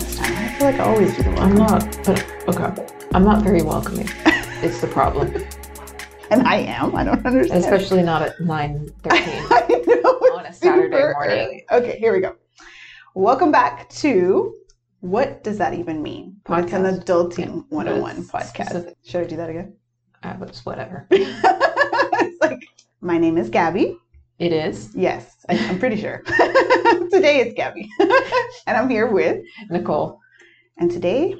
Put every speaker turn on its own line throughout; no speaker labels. feel like I always do the
I'm
one.
not, but okay. I'm not very welcoming. It's the problem,
And I am. I don't understand.
especially not at nine thirteen
I know. it's
on a Saturday
super
morning.
early. Okay, here we go. Welcome back to What Does That Even Mean? It's an
Podcast.
Adulting 101
That's
podcast.
specific.
Should I do that again?
I was whatever.
it's like, my name is Gabby.
It is
Yes, I, I'm pretty sure. today it's Gabby. and I'm here with,
Nicole.
and today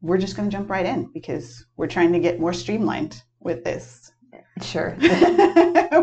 we're just going to jump right in because we're trying to get more streamlined with this.
Sure.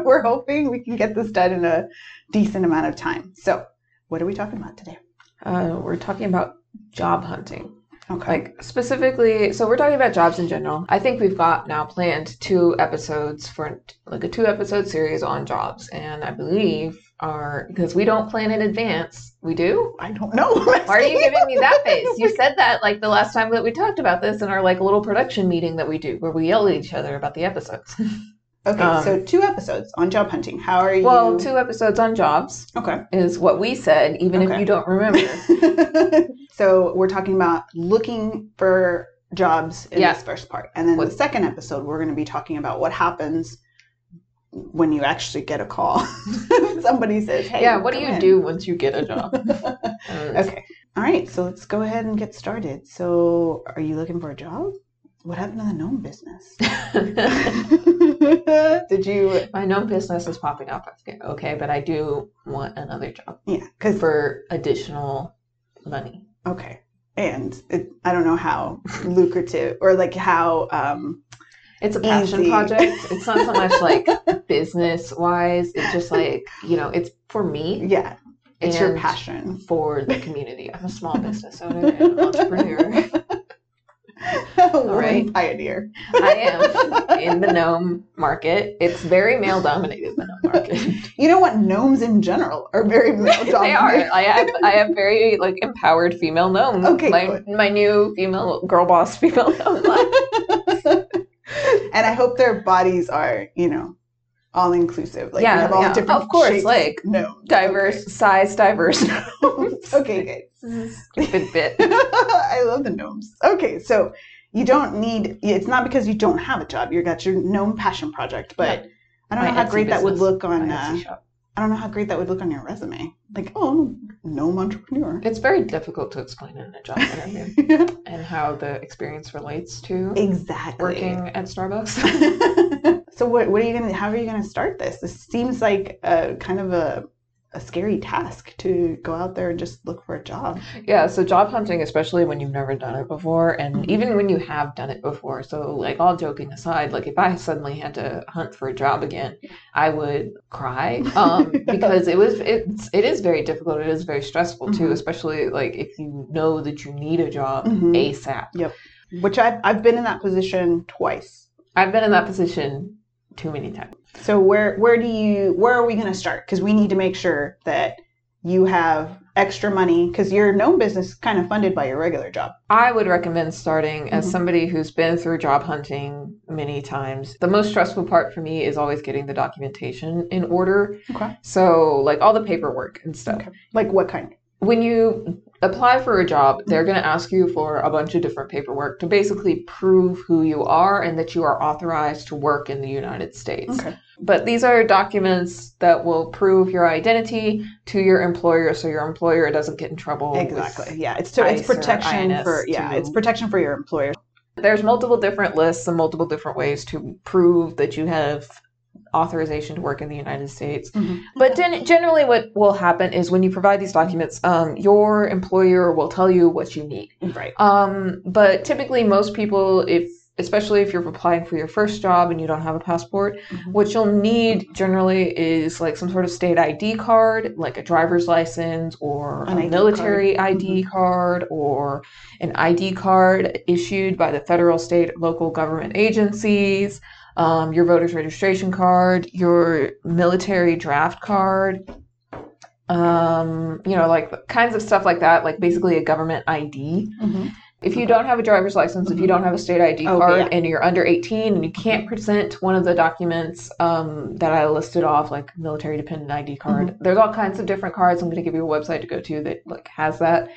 we're hoping we can get this done in a decent amount of time. So, what are we talking about today?
Uh, we're talking about job hunting,
Okay.
like specifically. So we're talking about jobs in general. I think we've got now planned two episodes for like a two episode series on jobs, and I believe our because we don't plan in advance. We do.
I don't know.
Why are you giving me that face? You said that like the last time that we talked about this in our like little production meeting that we do where we yell at each other about the episodes.
okay,
um,
so two episodes on job hunting. How are you?
well, two episodes on jobs
Okay.
is what we said, even if
Okay.
you don't remember.
so we're talking about looking for jobs in
Yeah.
this first part, and then the
What-
second episode we're going to be talking about what happens when you actually get a call. Somebody says, "Hey,
yeah, what do
come
you
in."
do once you get a job? Um,
Okay. All right, so let's go ahead and get started. So, are you looking for a job? What happened to the gnome business? Did you?
My known Mm. business is popping up. Okay, but I do want another job
Yeah, because
for additional money.
Okay. And it, I don't know how lucrative or like how um
It's a passion
Easy.
project. It's not so much like business wise. It's just like, you know, it's for me.
yeah, it's your
And-
passion.
for the community. I'm a small business owner and entrepreneur.
All
right.
pioneer.
I am in the gnome market. It's very male dominated the gnome market.
You know what? Gnomes in general are very male dominated.
they are. I have I have very like empowered female gnomes.
Okay,
my
good.
my new female girl boss female gnome. line.
And I hope their bodies are, you know, all inclusive. Like
Yeah,
we have all
yeah.
different
Of course,
shapes.
like,
no
Diverse size, diverse gnomes.
Okay, good.
Stupid bit.
I love the gnomes. Okay, so you don't need. It's not because you don't have a job. You got your gnome passion project, but I don't
My
know how
Etsy
great that would
business.
look
My
on. Uh,
Etsy shop.
I don't know how great that would look on your resume. Like, oh, I'm a gnome entrepreneur.
It's very difficult to explain in a job interview and how the experience relates to
exactly.
working at Starbucks.
so what? What are you gonna? How are you gonna start this? This seems like a kind of a a scary task to go out there and just look for a job.
Yeah, so job hunting, especially when you've never done it before, and
Mhm.
even when you have done it before. So, like, all joking aside, like, if I suddenly had to hunt for a job again, I would cry um, because it was it's it is very difficult. It is very stressful too,
Mhm.
especially like if you know that you need a job
Mhm.
ASAP.
Which I've I've been in that position twice.
I've been in that position too many times.
So where where do you where are we going to start? Because we need to make sure that you have extra money because your known business is kind of funded by your regular job.
I would recommend starting as
Mhm.
somebody who's been through job hunting many times. The most stressful part for me is always getting the documentation in order.
Okay.
So, like all the paperwork and stuff.
Okay. Like what kind?
When you apply for a job, they're going to ask you for a bunch of different paperwork to basically prove who you are and that you are authorized to work in the United States.
Okay.
But these are documents that will prove your identity to your employer so your employer doesn't get in trouble. with-
Exactly. Yeah. It's to,
ICE
it's
or
protection
INS
for yeah.
to-
It's protection for your employer.
There's multiple different lists and multiple different ways to prove that you have authorization to work in the United States.
Mm-hmm.
But gen- generally, what will happen is when you provide these documents, um, your employer will tell you what you need.
Right.
Um, but typically, most people, if especially if you're applying for your first job and you don't have a passport,
Mhm.
what you'll need generally is like some sort of state ID card, like a driver's license or
An
a
ID
military ID card or an ID card issued by the federal, state, local government agencies. Um, your voter's registration card, your military draft card, um, you know, like kinds of stuff like that, like basically a government ID.
Mhm.
If you don't have a driver's license, if you don't have a state ID
Okay,
card,
yeah.
and you're under 18 and you can't present one of the documents um, that I listed off, like
Mm-hmm.
military dependent ID card, there's all kinds of different cards. I'm going to give you a website to go to that like has that.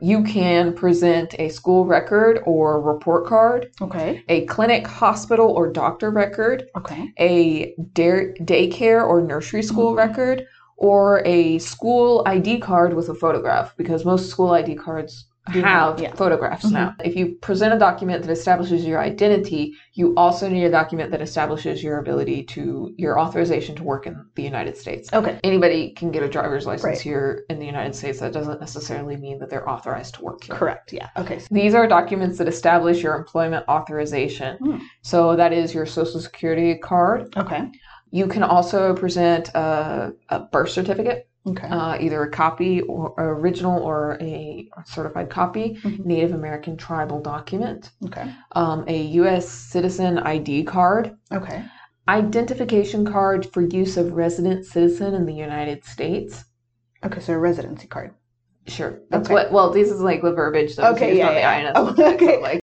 you can present a school record or report card,
Okay.
a clinic, hospital, or doctor record,
Okay.
a dare, daycare or nursery school
Mhm.
record, or a school ID card with a photograph because most school ID cards
Do
have
have- yeah.
photographs
Mhm.
now. If you present a document that establishes your identity, you also need a document that establishes your ability to your authorization to work in the United States.
Okay.
Anybody can get a driver's license
Right.
here in the United States. That doesn't necessarily mean that they're authorized to work here.
Correct. Yeah. Okay. So-
These are documents that establish your employment authorization.
Hmm.
So that is your social security card.
Okay.
You can also present a, a birth certificate,
Okay. Um,
uh, either a copy or original or a certified copy,
Mhm.
Native American tribal document,
Okay.
um, a U.S. citizen ID card,
Okay.
identification card for use of resident citizen in the United States.
Okay. So a residency card.
Sure, that's
Okay.
what. Well, this is like the verbiage that was
Okay,
used
yeah,
on the
yeah,
INS.
yeah.
website, so,
Okay.
like,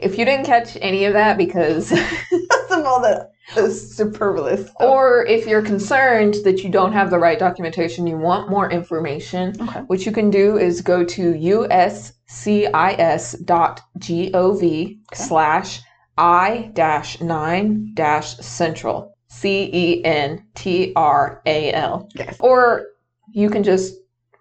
if you didn't catch any of that, because
That's of all that is superfluous.
or if you're concerned that you don't have the right documentation, you want more information,
Okay.
what you can do is go to uscis.gov slash i dash nine dash central c e n t r a l
Yes.
or you can just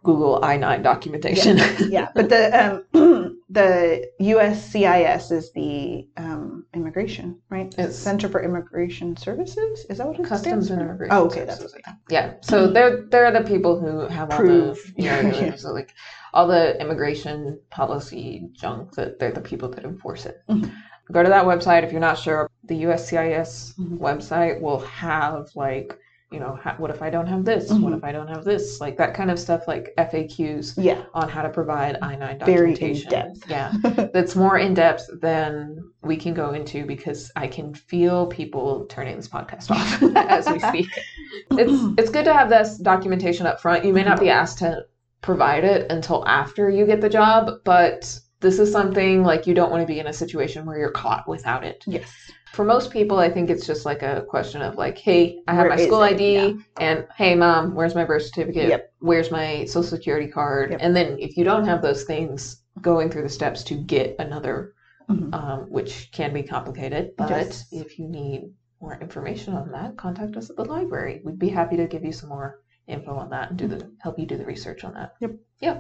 Google I nine documentation.
yeah, but the um, the USCIS is the um, immigration, right?
It's-
Center for Immigration Services. Is that what it
Customs
stands
and
for?
immigration.
Oh, okay,
Services.
that's what
yeah. So they're they're the people who have all
Mm-hmm. Prove.
the you know, so, like all the immigration policy junk. That they're the people that enforce it.
Mhm.
Go to that website if you're not sure. The USCIS
Mhm.
website will have like you know ha- what if I don't have this? What
Mhm.
if I don't have this? Like that kind of stuff. Like FAQs
yeah,
on how to provide I nine
Very in
documentation.
depth.
Yeah, that's more in depth than we can go into because I can feel people turning this podcast off as we speak. It's it's good to have this documentation up front. You may not be
Mm-hmm.
asked to provide it until after you get the job, but this is something like you don't want to be in a situation where you're caught without it.
yes,
For most people, I think it's just like a question of like, hey, I have
Where
my
is
school
it?
ID,
Yeah.
and hey, mom, where's my birth certificate?
Yep.
Where's my social security card?
Yep.
And then if you don't have those things, going through the steps to get another,
Mhm.
um, which can be complicated. But
Yes.
if you need more information on that, contact us at the library. We'd be happy to give you some more info on that and do the help you do the research on that.
yeah,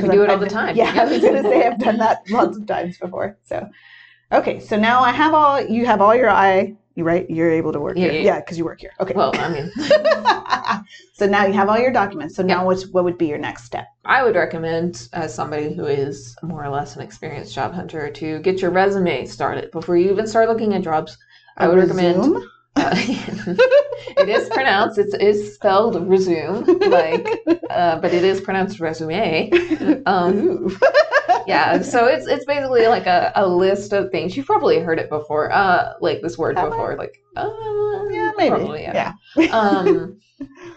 'cause
we do
I've-
it all
I've
the
been-
time.
Yeah, I was gonna say I've done that lots of times before. So, okay, so now I have all you have all your I. You right? You're able to work
Yeah,
here.
yeah, yeah.
Yeah, because you work here. Okay.
Well, I mean,
so now you have all your documents. So now
Yeah.
what's what would be your next step?
I would recommend, as somebody who is more or less an experienced job hunter, to get your resume started before you even start looking at jobs. I would recommend
Resume?
Uh, it is pronounced. It's is spelled resume, like, uh, but it is pronounced resume. Um,
Ooh.
yeah, so it's it's basically like a, a list of things you've probably heard it before, uh, like this word
Have I?
before, like uh,
yeah, maybe.
probably, yeah.
yeah.
um,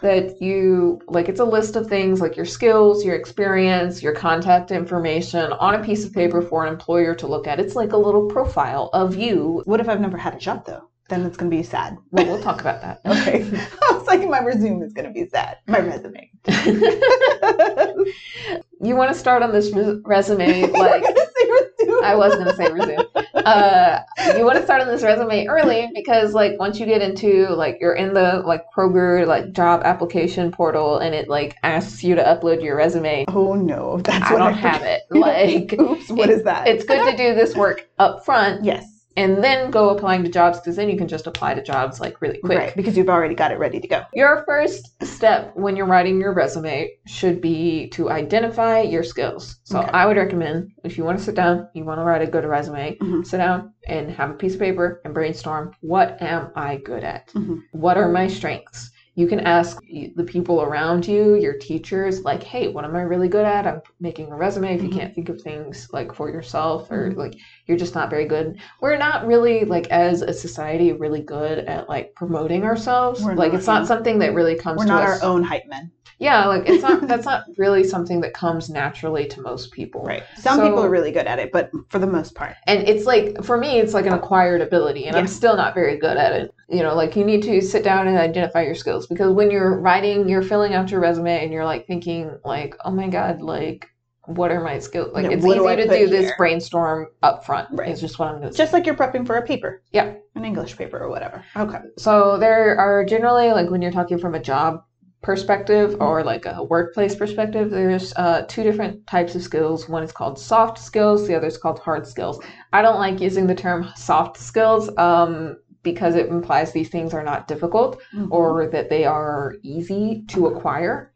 that you like. It's a list of things like your skills, your experience, your contact information on a piece of paper for an employer to look at. It's like a little profile of you.
What if I've never had a job though? Then it's gonna be sad.
Well, we'll talk about that.
Okay. I was like, my resume is gonna be sad. My resume.
you want to start on this res- resume like I
I
was gonna say resume. Uh, you want to start on this resume early because like once you get into like you're in the like Kroger like job application portal and it like asks you to upload your resume.
Oh no, that's
I
what
don't
I
have it. Like
Oops, what is that?
it's good to do this work up front
yes,
and then go applying to jobs because then you can just apply to jobs like really quick.
right, because you've already got it ready to go.
Your first step when you're writing your resume should be to identify your skills. So
Okay.
I would recommend if you want to sit down, you want to write a good resume,
Mhm.
sit down and have a piece of paper and brainstorm what am I good at?
Mhm.
What are my strengths? You can ask the people around you, your teachers, like, hey, what am I really good at? I'm making a resume. If you
Mhm.
can't think of things like for yourself or
Mhm.
like you're just not very good. We're not really like as a society really good at like promoting ourselves.
We're
like
not,
it's not
yeah.
something that really comes
We're
to
not
us.
our own hype men.
Yeah, like it's not that's not really something that comes naturally to most people.
Right. Some
So-
people are really good at it, but for the most part,
And it's like for me it's like an acquired ability and I'm
Yeah.
still not very good at it. You know, like you need to sit down and identify your skills because when you're writing, you're filling out your resume and you're like thinking like, "Oh my god, like what are my skills?" Like
Yeah,
it's
what
easy
do I
to
put
do this
here?
brainstorm up front.
Right.
Is just what I'm going to say.
just like you're prepping for a paper.
Yeah.
An English paper or whatever. Okay.
So there are generally like when you're talking from a job perspective or like a workplace perspective, there's uh, two different types of skills. One is called soft skills, the other is called hard skills. I don't like using the term soft skills um, because it implies these things are not difficult or that they are easy to acquire.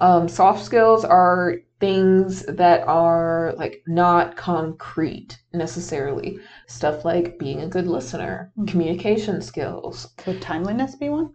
Um, soft skills are things that are like not concrete necessarily. Stuff like being a good listener,
Mhm.
communication skills.
would timeliness be one?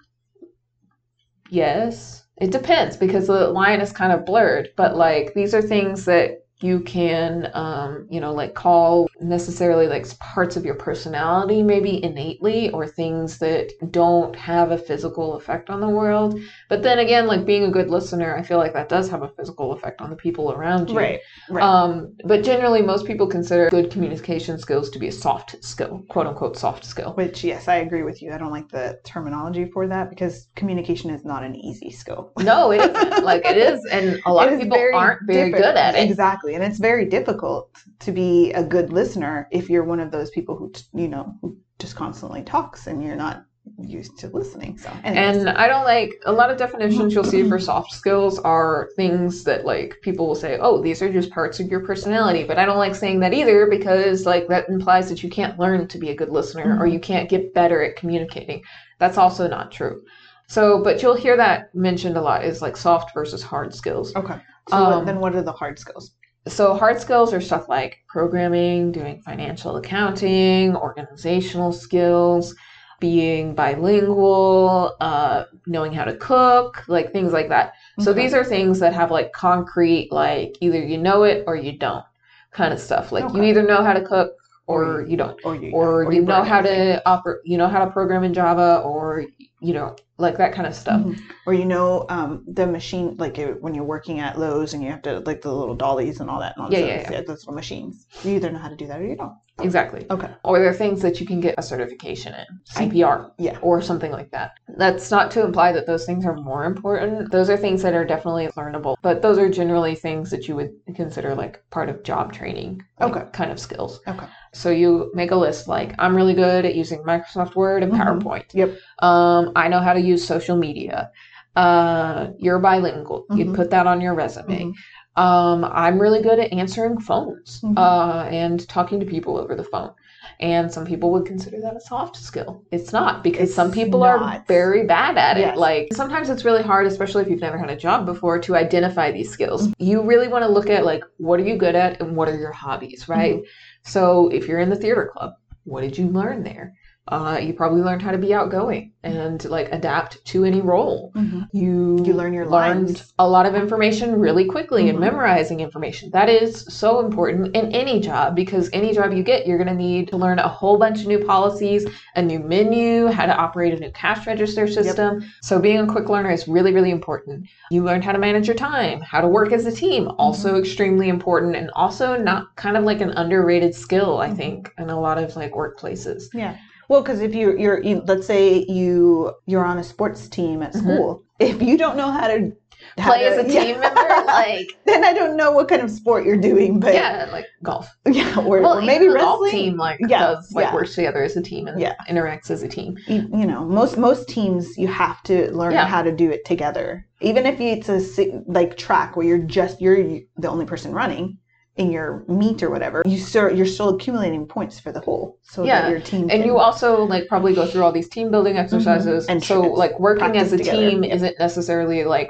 Yes, it depends because the line is kind of blurred, but like these are things that you can, um, you know, like call necessarily like parts of your personality, maybe innately, or things that don't have a physical effect on the world. But then again, like being a good listener, I feel like that does have a physical effect on the people around you.
Right. Right.
Um, but generally, most people consider good communication skills to be a soft skill, quote unquote, soft skill.
Which yes, I agree with you. I don't like the terminology for that because communication is not an easy skill.
No, it isn't. like it is, and a lot
It
of
is
people aren't very
diffi-
good at it.
Exactly. And it's very difficult to be a good listener if you're one of those people who, t- you know, who just constantly talks and you're not used to listening. So, anyways.
And I don't like a lot of definitions you'll see for soft skills are things that like people will say, oh, these are just parts of your personality. But I don't like saying that either because like that implies that you can't learn to be a good listener or
Mhm.
you can't get better at communicating. That's also not true. So, but you'll hear that mentioned a lot is like soft versus hard skills.
okay. So what-
um,
then what are the hard skills?
So, hard skills are stuff like programming, doing financial accounting, organizational skills, being bilingual, uh, knowing how to cook, like things like that. So,
Okay.
these are things that have like concrete, like either you know it or you don't kind of stuff. Like, you
Okay.
either know how to cook or
Or
you don't
or you
or,
or
you
you
know
burn
how
everything.
to oper- you know how to program in java or you know like that kind of stuff
Mhm. Or you know, um, the machine like uh, when you're working at Lowe's and you have to like the little dollies and all that
yeah,
nonsense. Those little machines. You either know how to do that or you don't.
exactly
Okay.
or there are things that you can get a certification in cpr
Yeah.
or something like that. That's not to imply that those things are more important. Those are things that are definitely learnable, but those are generally things that you would consider like part of job training like,
Okay.
kind of skills.
Okay.
So you make a list like I'm really good at using Microsoft Word and
Mhm.
PowerPoint.
Yep.
Um, I know how to use social media. Uh, you're bilingual. You'd
Mhm.
put that on your resume.
Mm-hmm.
Um, I'm really good at answering phones
Mhm.
uh, and talking to people over the phone. And some people would consider that a soft skill. It's not because
It's
some people are
not.
very bad at it.
Yes.
Like sometimes it's really hard, especially if you've never had a job before, to identify these skills.
Mm-hmm.
You really want to look at like what are you good at and what are your hobbies, right?
Mm-hmm.
So if you're in the theater club, what did you learn there? Uh, you probably learned how to be outgoing and like adapt to any role
Mhm.
you
You learn your
learned
lines.
a lot of information really quickly and
Mhm.
memorizing information that is so important in any job because any job you get you're going to need to learn a whole bunch of new policies a new menu how to operate a new cash register system so being a quick learner is really really important you learn how to manage your time how to work as a team
Mm-hmm.
also extremely important and also not kind of like an underrated skill i
Mhm.
think in a lot of like workplaces
Well, because if you, you're, you, let's say you you're on a sports team at
Mhm.
school, if you don't know how to how
play as
to-
a team
Yeah.
member like
then I don't know what kind of sport you're doing. But
yeah like golf
yeah, or,
well,
or maybe
even the
wrestling.
golf team like
Yeah,
does like
yeah.
works together as a team and
Yeah. Mm-hmm.
interacts as a team.
you, you know most most teams you have to learn
Yeah.
how to do it together even if it's a si- like track where you're just you're the only person running in your meet or whatever you still you're still accumulating points for the whole so
Yeah,
that your team
And
can-
you also like probably go through all these team building exercises.
Mm-hmm. And
so
it's
like working as
practice
a
together.
team
Yeah.
isn't necessarily like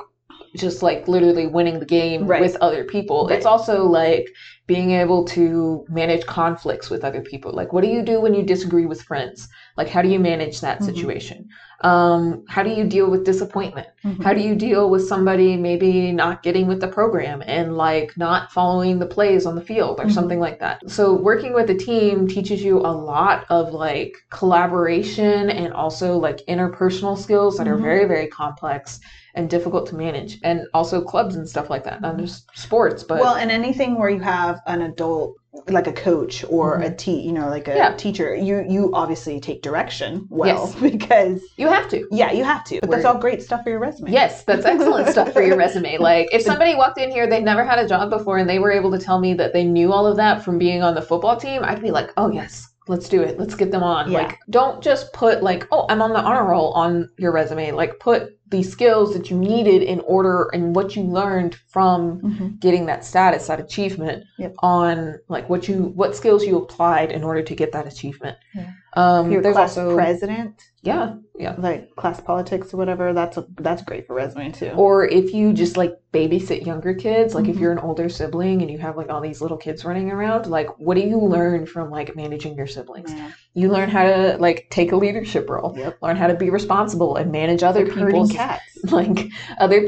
just like literally winning the game
Right.
with other people.
Right.
It's also like being able to manage conflicts with other people. Like, what do you do when you disagree with friends? Like, how do you manage that
Mhm.
situation? Um, how do you deal with disappointment?
Mhm.
How do you deal with somebody maybe not getting with the program and like not following the plays on the field or
Mhm.
something like that? So, working with a team teaches you a lot of like collaboration and also like interpersonal skills that are
Mhm.
very, very complex and difficult to manage, and also clubs and stuff like that, not just sports, but
well, and anything where you have an adult, like a coach or a te- you know, like a
Mm-hmm. Yeah.
teacher, you you obviously take direction well
Yes.
because
you have to.
yeah, you have to. But that's
Where-
all great stuff for your resume.
Yes, that's excellent stuff for your resume. Like, if somebody walked in here, they'd never had a job before, and they were able to tell me that they knew all of that from being on the football team, I'd be like, oh, yes, let's do it. Let's get them on.
Yeah.
Like, don't just put, like, oh, I'm on the honor roll on your resume. Like, put the skills that you needed in order and what you learned from
Mhm.
getting that status, that achievement
Yep.
on, like, what you, what skills you applied in order to get that achievement.
Yeah.
Um,
your
there's
class
also,
president,
yeah,
like class politics or whatever. That's a, that's great for resume too.
or if you just like babysit younger kids like if
Mhm.
you're an older sibling and you have like all these little kids running around like what do you learn from like managing your siblings
Yeah.
you learn how to like take a leadership role
Yep.
learn how to be responsible and manage other
Like herding
people's
cats.
like other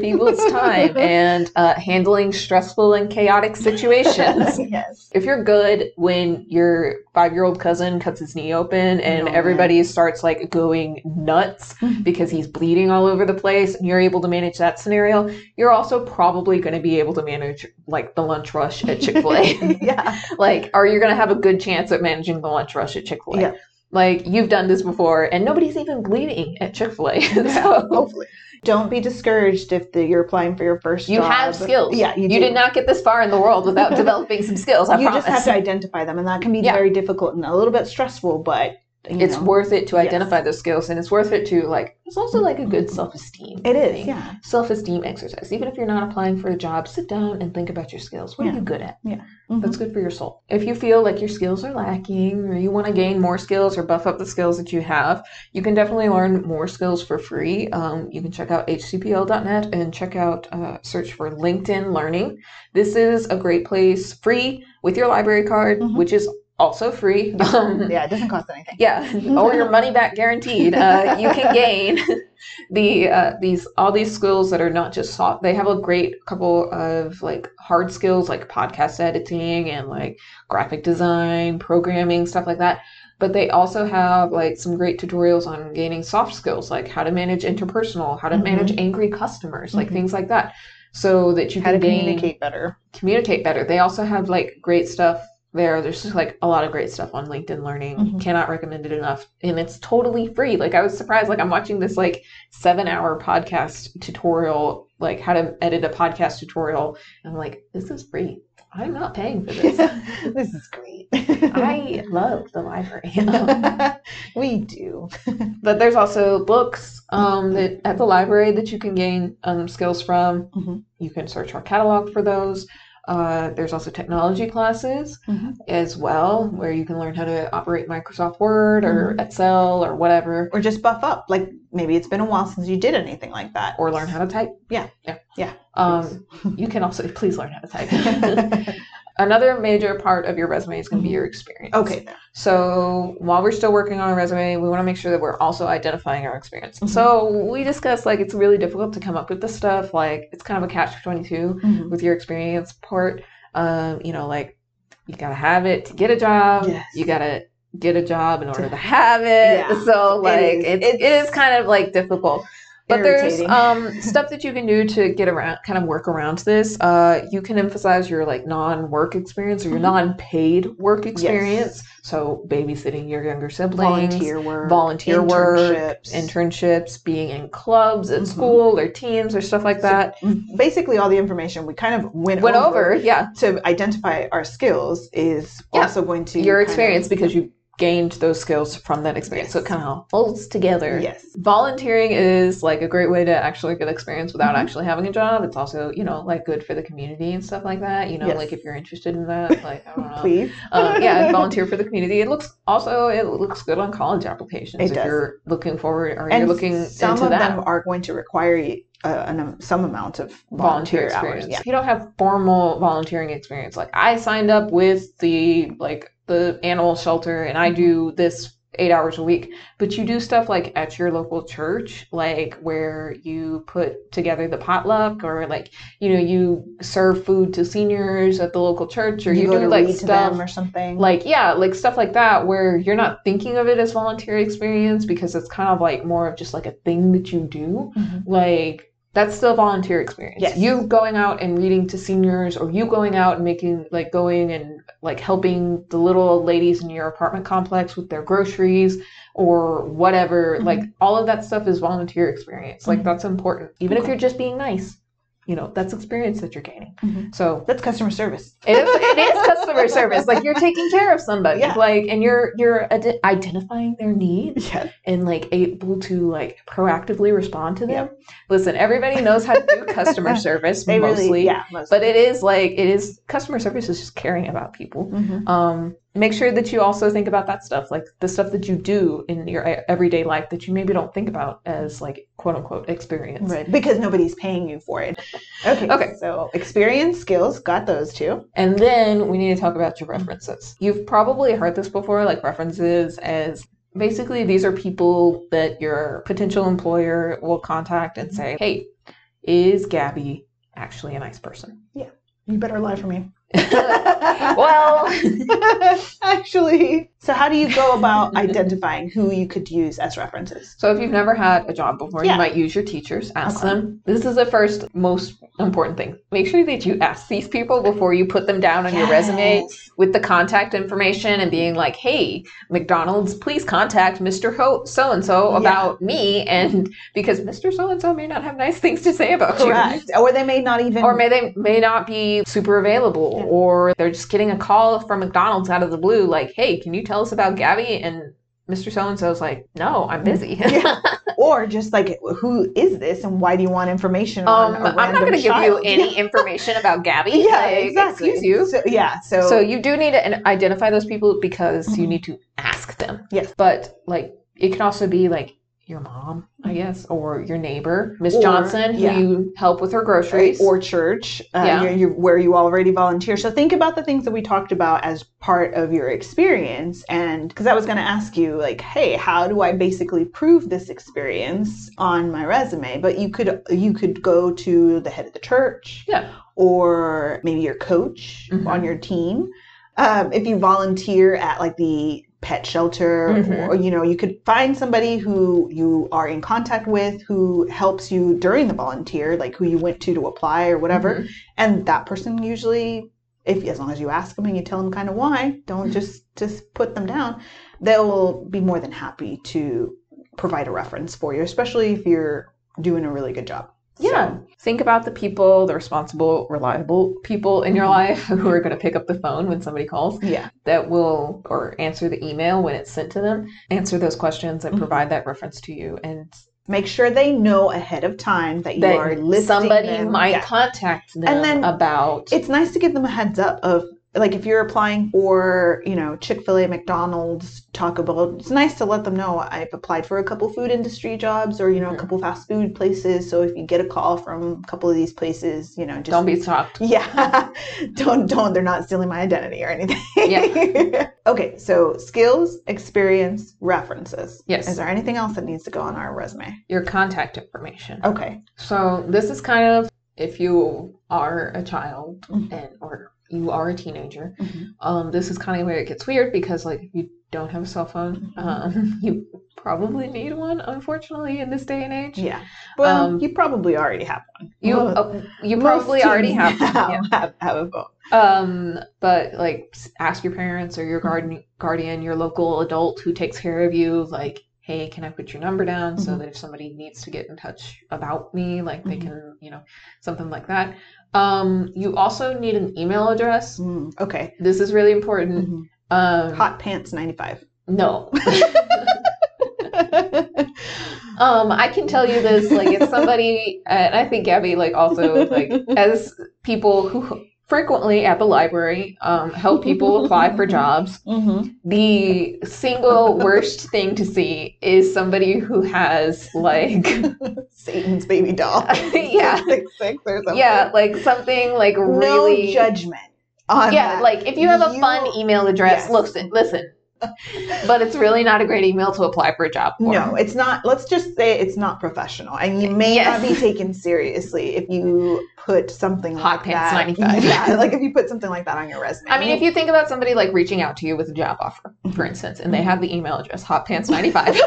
people's time and uh, handling stressful and chaotic situations
yes.
if you're good when your five-year-old cousin cuts his knee open and
No,
everybody starts like going nuts
Mhm.
because he's bleeding all over the place and you're able to manage that scenario you're also probably going to be able to manage like the lunch rush at chick-fil-a
yeah.
like are you going to have a good chance at managing the lunch rush at chick-fil-a
Yeah.
like you've done this before and nobody's even bleeding at chick-fil-a so
Hopefully. Don't be discouraged if the, you're applying for your first
you
job.
have skills
Yeah,
you,
do.
did not get this far in the world without developing some skills i
you
promise
just have to identify them, and that can be
Yeah.
very difficult and a little bit stressful. But you
it's
know,
worth it to
yes.
identify those skills and it's worth it to like it's also like a good self-esteem
It is,
thing.
yeah.
self-esteem exercise even if you're not applying for a job sit down and think about your skills what
Yeah.
are you good at
Mhm.
that's good for your soul if you feel like your skills are lacking or you want to gain more skills or buff up the skills that you have you can definitely learn more skills for free um, you can check out hcpl.net and check out uh, search for linkedin learning this is a great place free with your library card
Mhm.
which is also free um,
yeah, it doesn't cost anything.
yeah, or your money back guaranteed. Uh, you can gain the uh, these all these skills that are not just soft. They have a great couple of like hard skills like podcast editing and like graphic design, programming, stuff like that. But they also have like some great tutorials on gaining soft skills like how to manage interpersonal, how to
Mhm.
manage angry customers, like
Mhm.
things like that. So that you
How
can
to
gain
communicate better.
communicate better. They also have like great stuff there. There's just like a lot of great stuff on LinkedIn Learning.
Mhm.
Cannot recommend it enough. And it's totally free. Like I was surprised. Like I'm watching this like seven hour podcast tutorial, like how to edit a podcast tutorial. And I'm like, this is free. I'm not paying for this.
this is great.
I love the library.
we do.
but there's also books um, that at the library that you can gain um, skills from.
Mhm.
You can search our catalog for those. Uh, there's also technology classes
Mhm.
as well, where you can learn how to operate Microsoft Word
Mm-hmm.
or Excel or whatever,
Or just buff up. Like maybe it's been a while since you did anything like that.
or learn how to type.
Yeah.
yeah,
Yeah,
Um, you can also please learn how to type. Another major part of your resume is going to be
Mhm.
your experience.
okay, there.
So while we're still working on our resume, we want to make sure that we're also identifying our experience. So we discussed like it's really difficult to come up with this stuff. Like it's kind of a catch twenty two
Mhm.
with your experience part. Um, you know, like you gotta have it to get a job.
Yes.
You gotta get a job in order
To-
to have it.
Yeah.
So like
It is.
it, it is kind of like difficult. But there's
Irritating.
um, stuff that you can do to get around, kind of work around this. Uh, you can emphasize your like non-work experience or your
Mhm.
non-paid work experience. So babysitting your younger siblings,
volunteer work,
volunteer work,
internships,
internships, being in clubs at
Mhm.
school or teams or stuff like
So
that.
Mm-hmm. basically all the information we kind of went,
Went over, yeah,
to identify our skills is
Yeah.
also going to
your
kind of-
experience because you gained those skills from that experience.
Yes.
So it kind of folds together.
yes
volunteering is like a great way to actually get experience without
Mhm.
actually having a job. It's also, you know, like good for the community and stuff like that. You know,
Yes.
like if you're interested in that, like I don't know.
please
Um, yeah, volunteer for the community. It looks also it looks good on college applications
It
if
does.
you're looking forward or
and
you're looking
some
into
of
that.
them are going to require you uh, an, um, some amount of
volunteer
volunteer,
experience.
hours. Yeah.
If you don't have formal volunteering experience, like I signed up with the like the animal shelter and I do
Mm-hmm.
this eight hours a week, but you do stuff like at your local church, like where you put together the potluck or like you know you serve food to seniors at the local church or you, do like
read
stuff
or something.
like yeah like stuff like that where you're not thinking of it as volunteer experience because it's kind of like more of just like a thing that you do
Mhm.
like that's still volunteer experience
Yes.
you going out and reading to seniors or you going out and making like going and like helping the little old ladies in your apartment complex with their groceries or whatever
Mhm.
like all of that stuff is volunteer experience like
Mhm.
that's important even if
Okay.
you're just being nice you know that's experience that you're gaining
Mhm.
so
that's customer service.
it is, it is customer service. Like you're taking care of somebody.
Yeah.
Like and you're you're ide- identifying their need
Yes.
and like able to like proactively respond to them. Listen, everybody knows how to do customer service
They
mostly,
really, yeah, mostly.
but it is like it is customer service is just caring about people.
Mhm.
Um, make sure that you also think about that stuff, like the stuff that you do in your e- everyday life that you maybe don't think about as like quote unquote experience.
Right. Because nobody's paying you for it. Okay.
Okay.
So experience, skills, got those two.
And then we need to talk about your references. You've probably heard this before, like references as basically these are people that your potential employer will contact and say, hey, is Gabby actually a nice person?
You better lie for me.
well,
actually. So how do you go about identifying who you could use as references?
so if you've never had a job before,
Yeah.
you might use your teachers. Ask
Okay.
them. This is the first most important thing. Make sure that you ask these people before you put them down on your resume
Yes.
with the contact information and being like, "Hey, McDonald's, please contact Mr. Ho- so and so
Yeah.
about me," and because Mr. so and so may not have nice things to say about you.
Correct. Or they may not even
Or may they may not be super available,
Yeah.
or they're just getting a call from McDonald's out of the blue, like, "Hey, can you tell us about Gabby?" And Mr. So and So's like, "No, I'm busy.
Yeah. or just like who is this and why do you want information on
um,
a
I'm not
going to
give you any information about Gabby.
yeah
Like,
exactly
Excuse you.
so, yeah so,
So you do need to an- identify those people because you
Mhm.
need to ask them.
Yes.
But like it can also be like your mom, I guess, or your neighbor, Miss
Mm-hmm. Or-
Johnson, who
yeah.
you help with her groceries.
or church uh,
Yeah.
you're- you're- where you already volunteer so think about the things that we talked about as part of your experience and because i was going to ask you like hey how do i basically prove this experience on my resume but you could you could go to the head of the church
Yeah.
or maybe your coach
Mhm.
on your team um, if you volunteer at like the pet shelter
Mhm.
or you know you could find somebody who you are in contact with who helps you during the volunteer like who you went to to apply or whatever
Mhm.
and that person usually if as long as you ask them and you tell them kind of why
Mm-hmm.
don't just just put them down they'll be more than happy to provide a reference for you especially if you're doing a really good job
Yeah. Think about the people, the responsible, reliable people in your
Mhm.
life who are going to pick up the phone when somebody calls
So, yeah
that will, or answer the email when it's sent to them, answer those questions and
Mhm.
provide that reference to you. And
make sure they know ahead of time that you
that
are listing
somebody
them.
might
Yeah.
contact them
then
about.
it's nice to give them a heads up of like if you're applying for you know chick-fil-a mcdonald's taco bell it's nice to let them know i've applied for a couple food industry jobs or you know
Mhm.
a couple fast food places so if you get a call from a couple of these places you know just
don't be shocked.
yeah don't don't they're not stealing my identity or anything
Yeah.
okay so skills experience references
Yes.
is there anything else that needs to go on our resume
your contact information.
okay
So this is kind of if you are a child
Mhm.
and or you are a teenager,
Mhm.
um, this is kind of where it gets weird because like if you don't have a cell phone,
Mhm.
um, you probably need one. Unfortunately, in this day and age,
yeah well
Um,
you probably already have
you
Most-
uh, you probably
Most
already
teens
have. one,
now
yeah.
have, have a phone
Um, but like s- ask your parents or your guardian, guardian, your local adult who takes care of you, like, hey, can I put your number down so
Mhm.
that if somebody needs to get in touch about me, like they
Mhm.
can, you know, something like that. Um, you also need an email address.
Mm, okay.
This is really important.
Mhm.
Um,
Hot pants 95.
no. Um, I can tell you this, like, if somebody, and I think Gabby, like, also, like, as people who frequently at the library, um, help people apply for jobs.
Mm-hmm.
The single worst thing to see is somebody who has like
Satan's baby doll.
Yeah.
Six, six, six or something.
yeah, like something like
No
really
judgment on
yeah,
that.
like if you have a
You-
fun email address,
Yes.
listen, listen. But it's really not a great email to apply for a job for.
no, it's not. Let's just say it's not professional, and you may
Yes.
not be taken seriously if you put something
Hot
like
pants
that.
95.
Yeah, like if you put something like that on your resume.
I mean, if you think about somebody like reaching out to you with a job offer,
Mm-hmm.
for instance, and they have the email address hotpants95.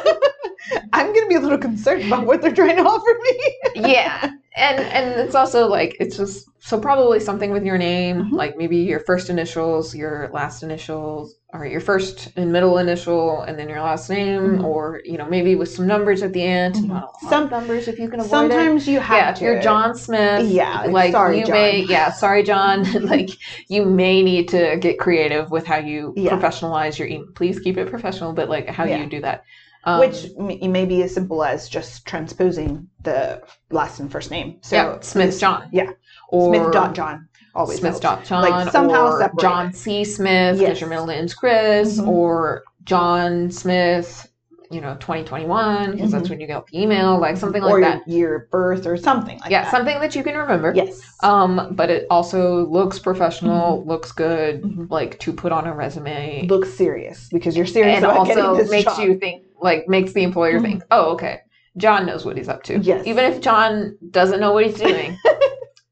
I'm gonna be a little concerned about what they're trying to offer me.
yeah. And and it's also like it's just so probably something with your name,
Mhm.
like maybe your first initials, your last initials, or your first and middle initial and then your last name
Mhm.
or you know, maybe with some numbers at the end,
Mhm.
not a lot
Some-
of numbers if you can avoid it.
Sometimes you have
yeah, if
to.
you're John Smith,
Yeah, like,
like
sorry,
you
John.
may, yeah, sorry, John, like you may need to get creative with how you
Yeah.
professionalize your email. Please keep it professional, but like how
Yeah.
you do that. Um,
which m- may be as simple as just transposing the last and first name. So
yeah, Smith John,
yeah.
or
Smith dot John always
Smith
helps.
dot John,
Like, somehow
or
separate
John
it.
C Smith because
Yes.
your middle name's Chris,
Mhm.
or John Smith, you know, twenty twenty one because that's
Mhm.
when you get the email, like something
or
like that.
Your year of birth or something like
yeah,
that.
something that you can remember.
yes.
Um, but it also looks professional, looks good,
Mhm.
like to put on a resume,
Mm-hmm. Look serious because you're serious
and
about getting
also
this
makes
job.
you think, like makes the employer
Mhm.
think, oh, okay, John knows what he's up to.
Yes.
even if John doesn't know what he's doing,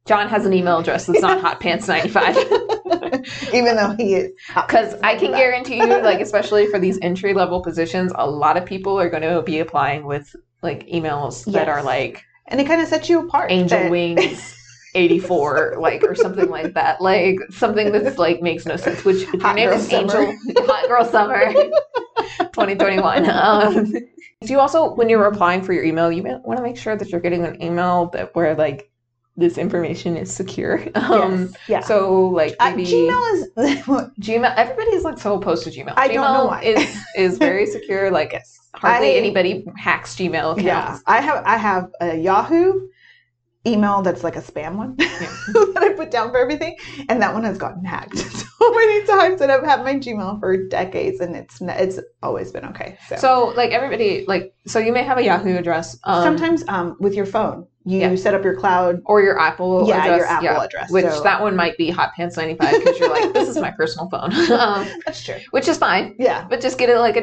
John has an email address that's not Hot Pants ninety five.
even though he is
Because I can guarantee you, like especially for these entry level positions, a lot of people are going to be applying with like emails that are
Yes.
like
and it kind of sets you apart.
angel
that-
wings 84 like or something like that like something that's like makes no sense which if
Hot
your name
girl
is
summer.
angel hot girl summer 2021 um do you also when you're applying for your email you want to make sure that you're getting an email that where like this information is secure um
Yes. Yeah.
so like
Uh,
maybe
Gmail is
Gmail- everybody's like so opposed to gmail
I
gmail
don't know why.
is is very secure like
yes.
hardly
I-
anybody hacks gmail accounts
Yeah, I have I have a Yahoo email that's like a spam one that I put down for everything, and that one has gotten hacked so many times, and I've had my Gmail for decades, and it's n- it's always been okay. So,
So like everybody like so you may have a Yahoo address um,
sometimes um, with your phone, you
Yeah.
set up your cloud,
or your Apple
yeah,
address,
your Apple
yeah,
address,
which
so-
that one might be Hot Pants ninety five because you're like this is my personal phone, um,
that's true.
which is fine.
Yeah,
But just get it like a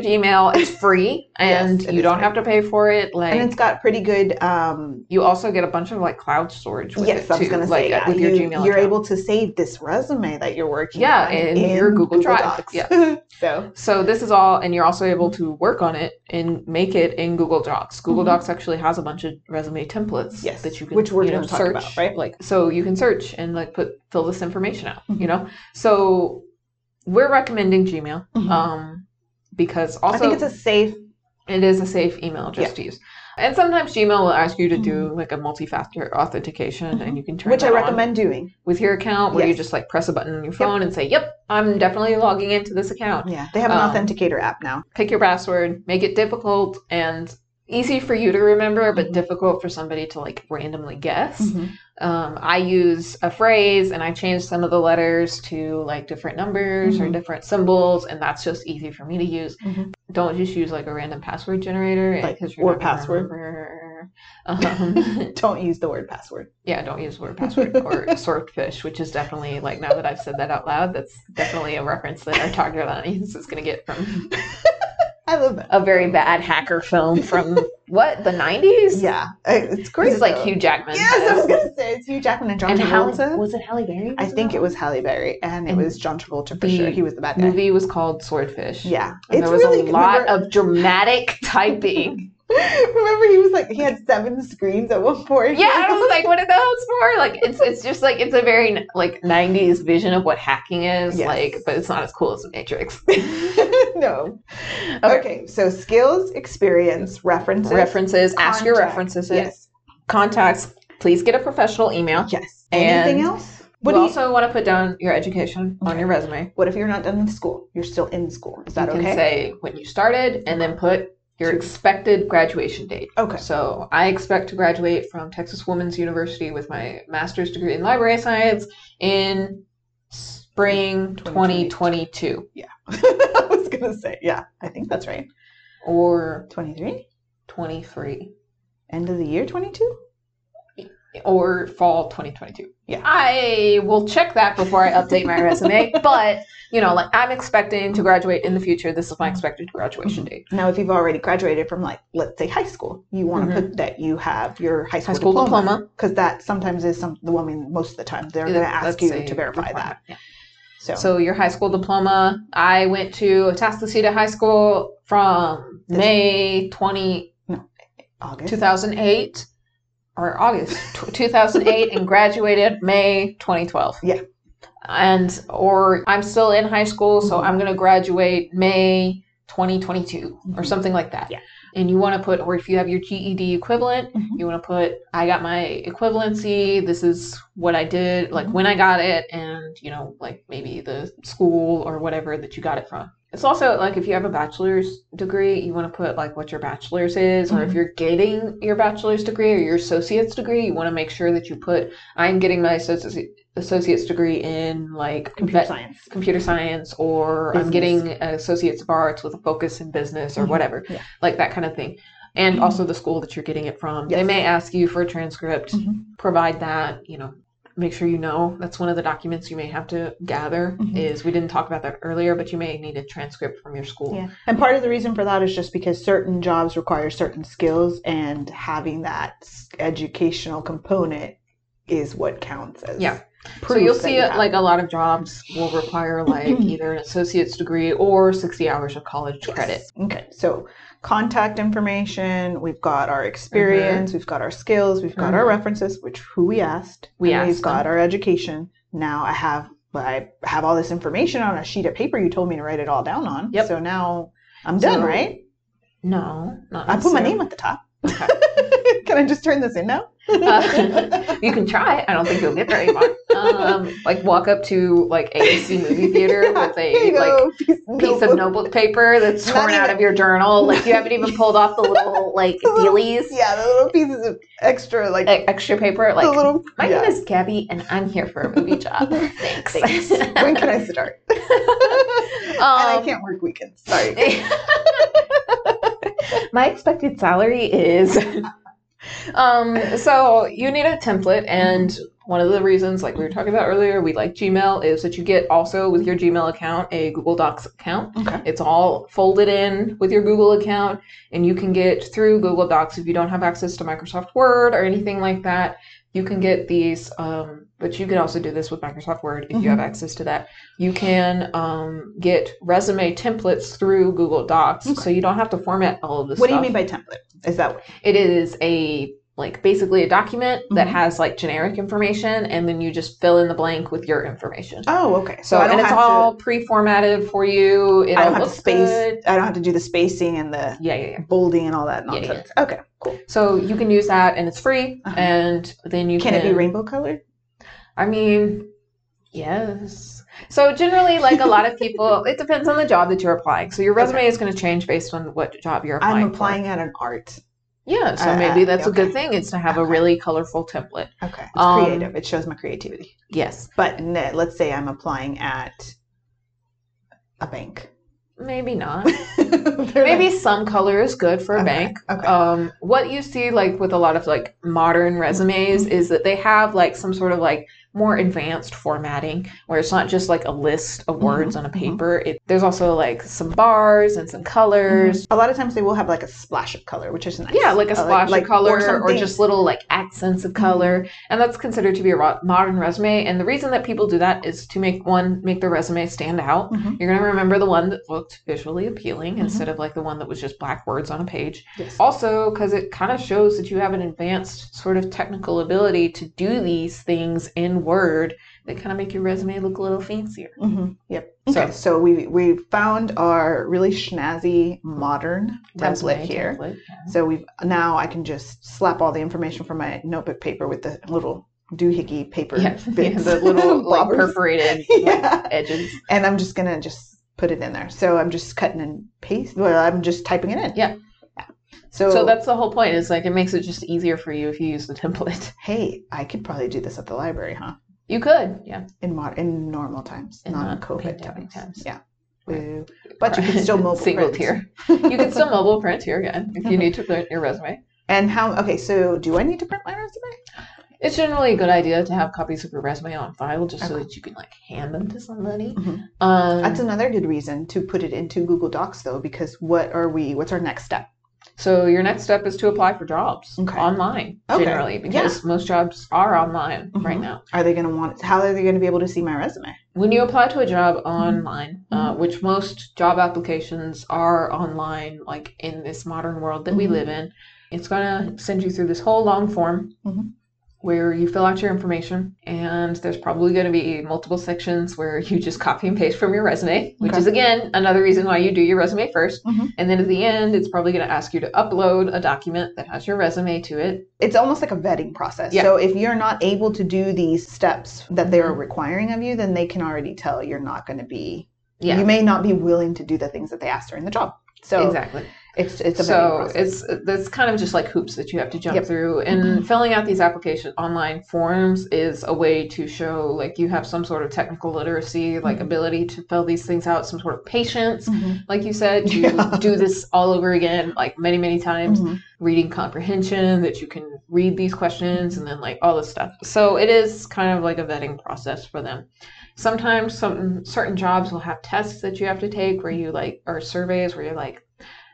Gmail. It's free and
Yes, it
you
is
don't
free.
have to pay for it. Like
and it's got pretty good. Um,
you also get a bunch of like cloud storage with
yes,
it too,
I was gonna
like uh,
say yeah,
with your
you,
Gmail.
you're
account.
able to save this resume that you're working
Yeah,
on
in your Google Drive.
Docs.
Yeah.
so
So this is all, and you're also able to work on it and make it in Google Docs. Google
Mhm.
Docs actually has a bunch of resume templates
Yes,
that you can,
which we're
you
gonna
know,
talk
search,
about, right?
Like, so you can search and like put fill this information out. You
Mhm.
know, so we're recommending Gmail
Mhm.
um, because also
I think it's a safe.
it is a safe email address
Yeah.
to use. And sometimes Gmail will ask you to do like a multi-factor authentication,
Mhm.
and you can turn
Which I
that on
recommend doing.
with your account, where you
Yes.
just like press a button on your phone and say, "Yep, I'm definitely logging into this account."
Yeah, they have an
Um,
authenticator app now.
pick your password, make it difficult and easy for you to remember, but
Mhm.
difficult for somebody to like randomly guess.
Mhm.
Um, I use a phrase and I change some of the letters to like different numbers or
Mhm.
different symbols, and that's just easy for me to use.
Mhm.
Don't just use like a random password generator
Like,
because
or
you're not gonna
password.
remember. Um,
Don't use the word password.
yeah, don't use word password or swordfish, which is definitely like now that I've said that out loud, that's definitely a reference that our target audience is going to get from
I love that.
a very bad hacker film from what the 90s
Yeah, I- it's great.
this is like
though.
Hugh Jackman
Yes, I was gonna say it's Hugh Jackman and John
and Halle,
Travolta.
was it Halle Berry
I think it was Halle Berry, and it
And
was John Travolta for
the
sure. He was the bad
the
guy.
movie was called Swordfish
Yeah,
and
it's
there was
really
a lot
remember,
of dramatic typing
remember, he was like he had seven screens at one point.
yeah I was like what are those for like it's it's just like it's a very like 90s vision of what hacking is
Yes.
like but it's not as cool as the Matrix
no.
Okay.
Okay. so skills, experience, references,
references ask your
contact.
references
Yes,
contacts please get a professional email
yes.
And-
Anything else? What
but
do you,
also want to put down your education on
Okay.
your resume
what if you're not done with school? You're still in school. Is that
you
okay?
can say when you started and then put your
Two.
expected graduation date.
okay.
So I expect to graduate from Texas Woman's University with my master's degree in library science in spring
2022.
2022
I was gonna say, yeah, I think that's right.
or
23,
23
end of the year 22.
or fall 2022.
Yeah.
I will check that before I update my resume, but you know, like I'm expecting to graduate in the future. This is my
Mm-hmm.
expected graduation date.
Now, if you've already graduated from like, let's say high school, you want to
Mhm.
put that you have your high
High
school,
school
diploma
diploma.
because that sometimes is some. Well, I mean, most of the time they're going to ask
That's
you
a
to verify that.
requirement, yeah.
So,
So your high school diploma. I went to Atascocita High School from
This-
May 20,
August.
2008 or August tw- 2008 and graduated May 2012.
Yeah.
And or I'm still in high school, so
Mhm.
I'm going to graduate May 2022 or
Mhm.
something like that.
Yeah.
And you want to put or if you have your GED equivalent,
Mhm.
you want to put I got my equivalency, this is what I did, like when I got it and, you know, like maybe the school or whatever that you got it from. It's also like if you have a bachelor's degree, you want to put like what your bachelor's is, or if
Mhm.
you're getting your bachelor's degree or your associate's degree, you want to make sure that you put I'm getting my associate associate's degree in like
computer
vet-
science.
computer science or I'm
Business.
getting an associate's of arts with a focus in business or
Mhm.
whatever,
Yeah.
like that kind of thing. And
Mhm.
also the school that you're getting it from. They
Yes.
may ask you for a transcript,
Mhm.
provide that, you know, make sure you know. That's one of the documents you may have to gather
Mhm.
is we didn't talk about that earlier, but you may need a transcript from your school.
Yeah. And part of the reason for that is just because certain jobs require certain skills, and having that s- educational component is what counts as
Yeah. So
proof
you'll
that
see
you
it
have-
like a lot of jobs will require like either an associate's degree or 60 hours of college
Yes.
credit.
Okay, so contact information, we've got our experience,
Mm-hmm.
we've got our skills, we've got our
Mhm.
references, which who we asked,
We
and
asked
we've got our education. Now I have I have all this information on a sheet of paper you told me to write it all down on.
Yep.
So now I'm done,
So-
right?
No, not
I put my
necessarily.
name at the top.
Okay.
Can I just turn this in now?
Uh, you can try. I don't think you'll get very far. Um, like walk up to like AAC movie theater with
Here
a
you
like
go, piece,
piece of notebook paper that's
Not
torn out
even-
of your journal. Like you haven't even pulled off the little like
The little-
dealies,
Yeah, the little pieces of extra like,
e- extra paper.
the
Like
little.
my
yeah.
name is Gabby, and I'm here for a movie job. Thanks.
Thanks. when can I start? and I
Um,
can't work weekends. Sorry.
My expected salary is. um, so you need a template, and one of the reasons, like we were talking about earlier, we like Gmail is that you get also with your Gmail account a Google Docs account.
Okay.
It's all folded in with your Google account, and you can get through Google Docs if you don't have access to Microsoft Word or anything like that. You can get these, um, but you can also do this with Microsoft Word if
Mhm.
you have access to that you can um, get resume templates through Google Docs,
Okay.
so you don't have to format all of this.
What do you mean by template? Is that what?
It is a like basically a document that
Mhm.
has like generic information, and then you just fill in the blank with your information.
Oh, okay.
So, and it's all pre-formatted for you. It
I don't
all
have to
looks
space.
good.
I don't have to do the spacing and the
Yeah, yeah, yeah.
bolding and all that
Yeah, yeah.
nonsense. Okay, cool.
So you can use that, and it's free.
Uh-huh.
And then you
Can
can.
it be rainbow colored?
I mean, yes. So generally, like a lot of people, it depends on the job that you're applying. So your resume is going to change based on what job you're applying.
I'm
for.
applying at an art.
Yeah, so
Uh,
maybe that's a good
okay.
thing is to have a
Okay.
really colorful template.
Okay, it's
Um,
creative. It shows my creativity.
Yes,
But n- let's say I'm applying at a bank.
maybe not.
maybe uh,
maybe some color is good for a
Okay,
bank.
okay.
Um, what you see like with a lot of like modern resumes
Mm-hmm.
is that they have like some sort of like more advanced formatting where it's not just like a list of words on a
mhm.
paper. It, there's also like some bars and
Mm-hmm.
some colors.
a lot of times they will have like a splash of color, which is nice.
Mm-hmm. Yeah, like
Uh,
a splash
like-
of color or,
something- Mm-hmm.
just little like accents of color. And that's considered to be a ro- modern resume. And the reason that people do that is to make one, make the resume stand out.
Mhm.
You're going to remember the one that looked visually appealing
Mm-hmm.
instead of like the one that was just black words on a page.
Yes.
Also, because it kind of shows that you have an advanced sort of technical ability to do these things in Word that kind of make your resume look a little fancier.
Mhm, Yep.
So-
Okay, so, we we found our really schnazzy modern template
Resume
here.
template.
So we've now I can just slap all the information from my notebook paper with the little doohickey paper
Yeah, yeah,
bits,
the little like
blobbers.
perforated like,
Yeah.
edges.
and I'm just gonna just put it in there. So I'm just cutting and paste. Well, I'm just typing it in.
Yeah.
Yeah. So,
So that's the whole point. Is like it makes it just easier for you if you use the template.
hey, I could probably do this at the library, huh?
You could, yeah.
in mod- in normal times,
In
non
non-pandemic
COVID times.
times.
Yeah.
Right.
Boo. But you can still mobile
single
print.
tier. You can still mobile print here again if you need to print your resume.
And how? Okay, so do I need to print my resume?
It's generally a good idea to have copies of your resume on file just so
Okay.
that you can like hand them to somebody.
Mhm.
Um,
That's another good reason to put it into Google Docs though, because what are we? What's our next step?
so your next step is to apply for jobs
Okay.
online
Okay.
generally because most jobs are online right
Mhm.
now.
Are they going to want? How are they going to be able to see my resume?
When you apply to a
Mm-hmm.
job online, uh, which most job applications are online, like in this modern world that we
Mhm.
live in, it's going to send you through this whole long form.
Mhm.
Where you fill out your information, and there's probably going to be multiple sections where you just copy and paste from your resume, which
Okay.
is again another reason why you do your resume 1st
Mhm.
And then at the end, it's probably going to ask you to upload a document that has your resume to it.
It's almost like a vetting process.
Yeah.
So if you're not able to do these steps that they are
Mhm.
requiring of you, then they can already tell you're not going to be.
Yeah,
You may not be willing to do the things that they asked during the job. So
exactly.
it's it's a vetting
so
process.
it's that's kind of just like hoops that you have to jump
Yep. Mm-hmm.
through and filling out these application online forms is a way to show like you have some sort of technical literacy like
Mhm.
ability to fill these things out some sort of patience
Mhm.
like you said to
Yeah.
do this all over again like many many times
Mhm.
reading comprehension that you can read these questions and then like all this stuff so it is kind of like a vetting process for them sometimes some certain jobs will have tests that you have to take where you like or surveys where you're like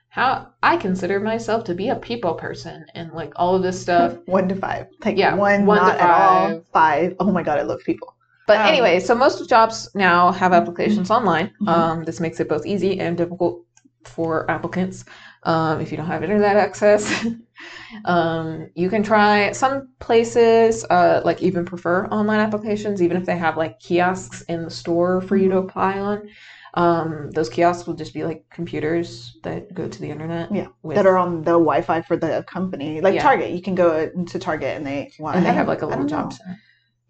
how i consider myself to be a people person and like all of this stuff
One to five. Like
Yeah,
one,
one to
not at all.
five.
Five. Oh my god, I love people.
But
Um, mm-hmm,
anyway, so most jobs now have applications online.
Mhm.
Um, this makes it both easy and difficult for applicants. Um, if you don't have internet access, um, you can try some places uh, like even prefer online applications, even if they have like kiosks in the store for you to
Mm-hmm.
apply on. Um, those kiosks will just be like computers that go to the internet.
Yeah,
with-
that are on the Wi-Fi for the company, like
Yeah.
Target. You can go to Target and they want.
and they
I
have like a
don't- I
little
don't know.
job center.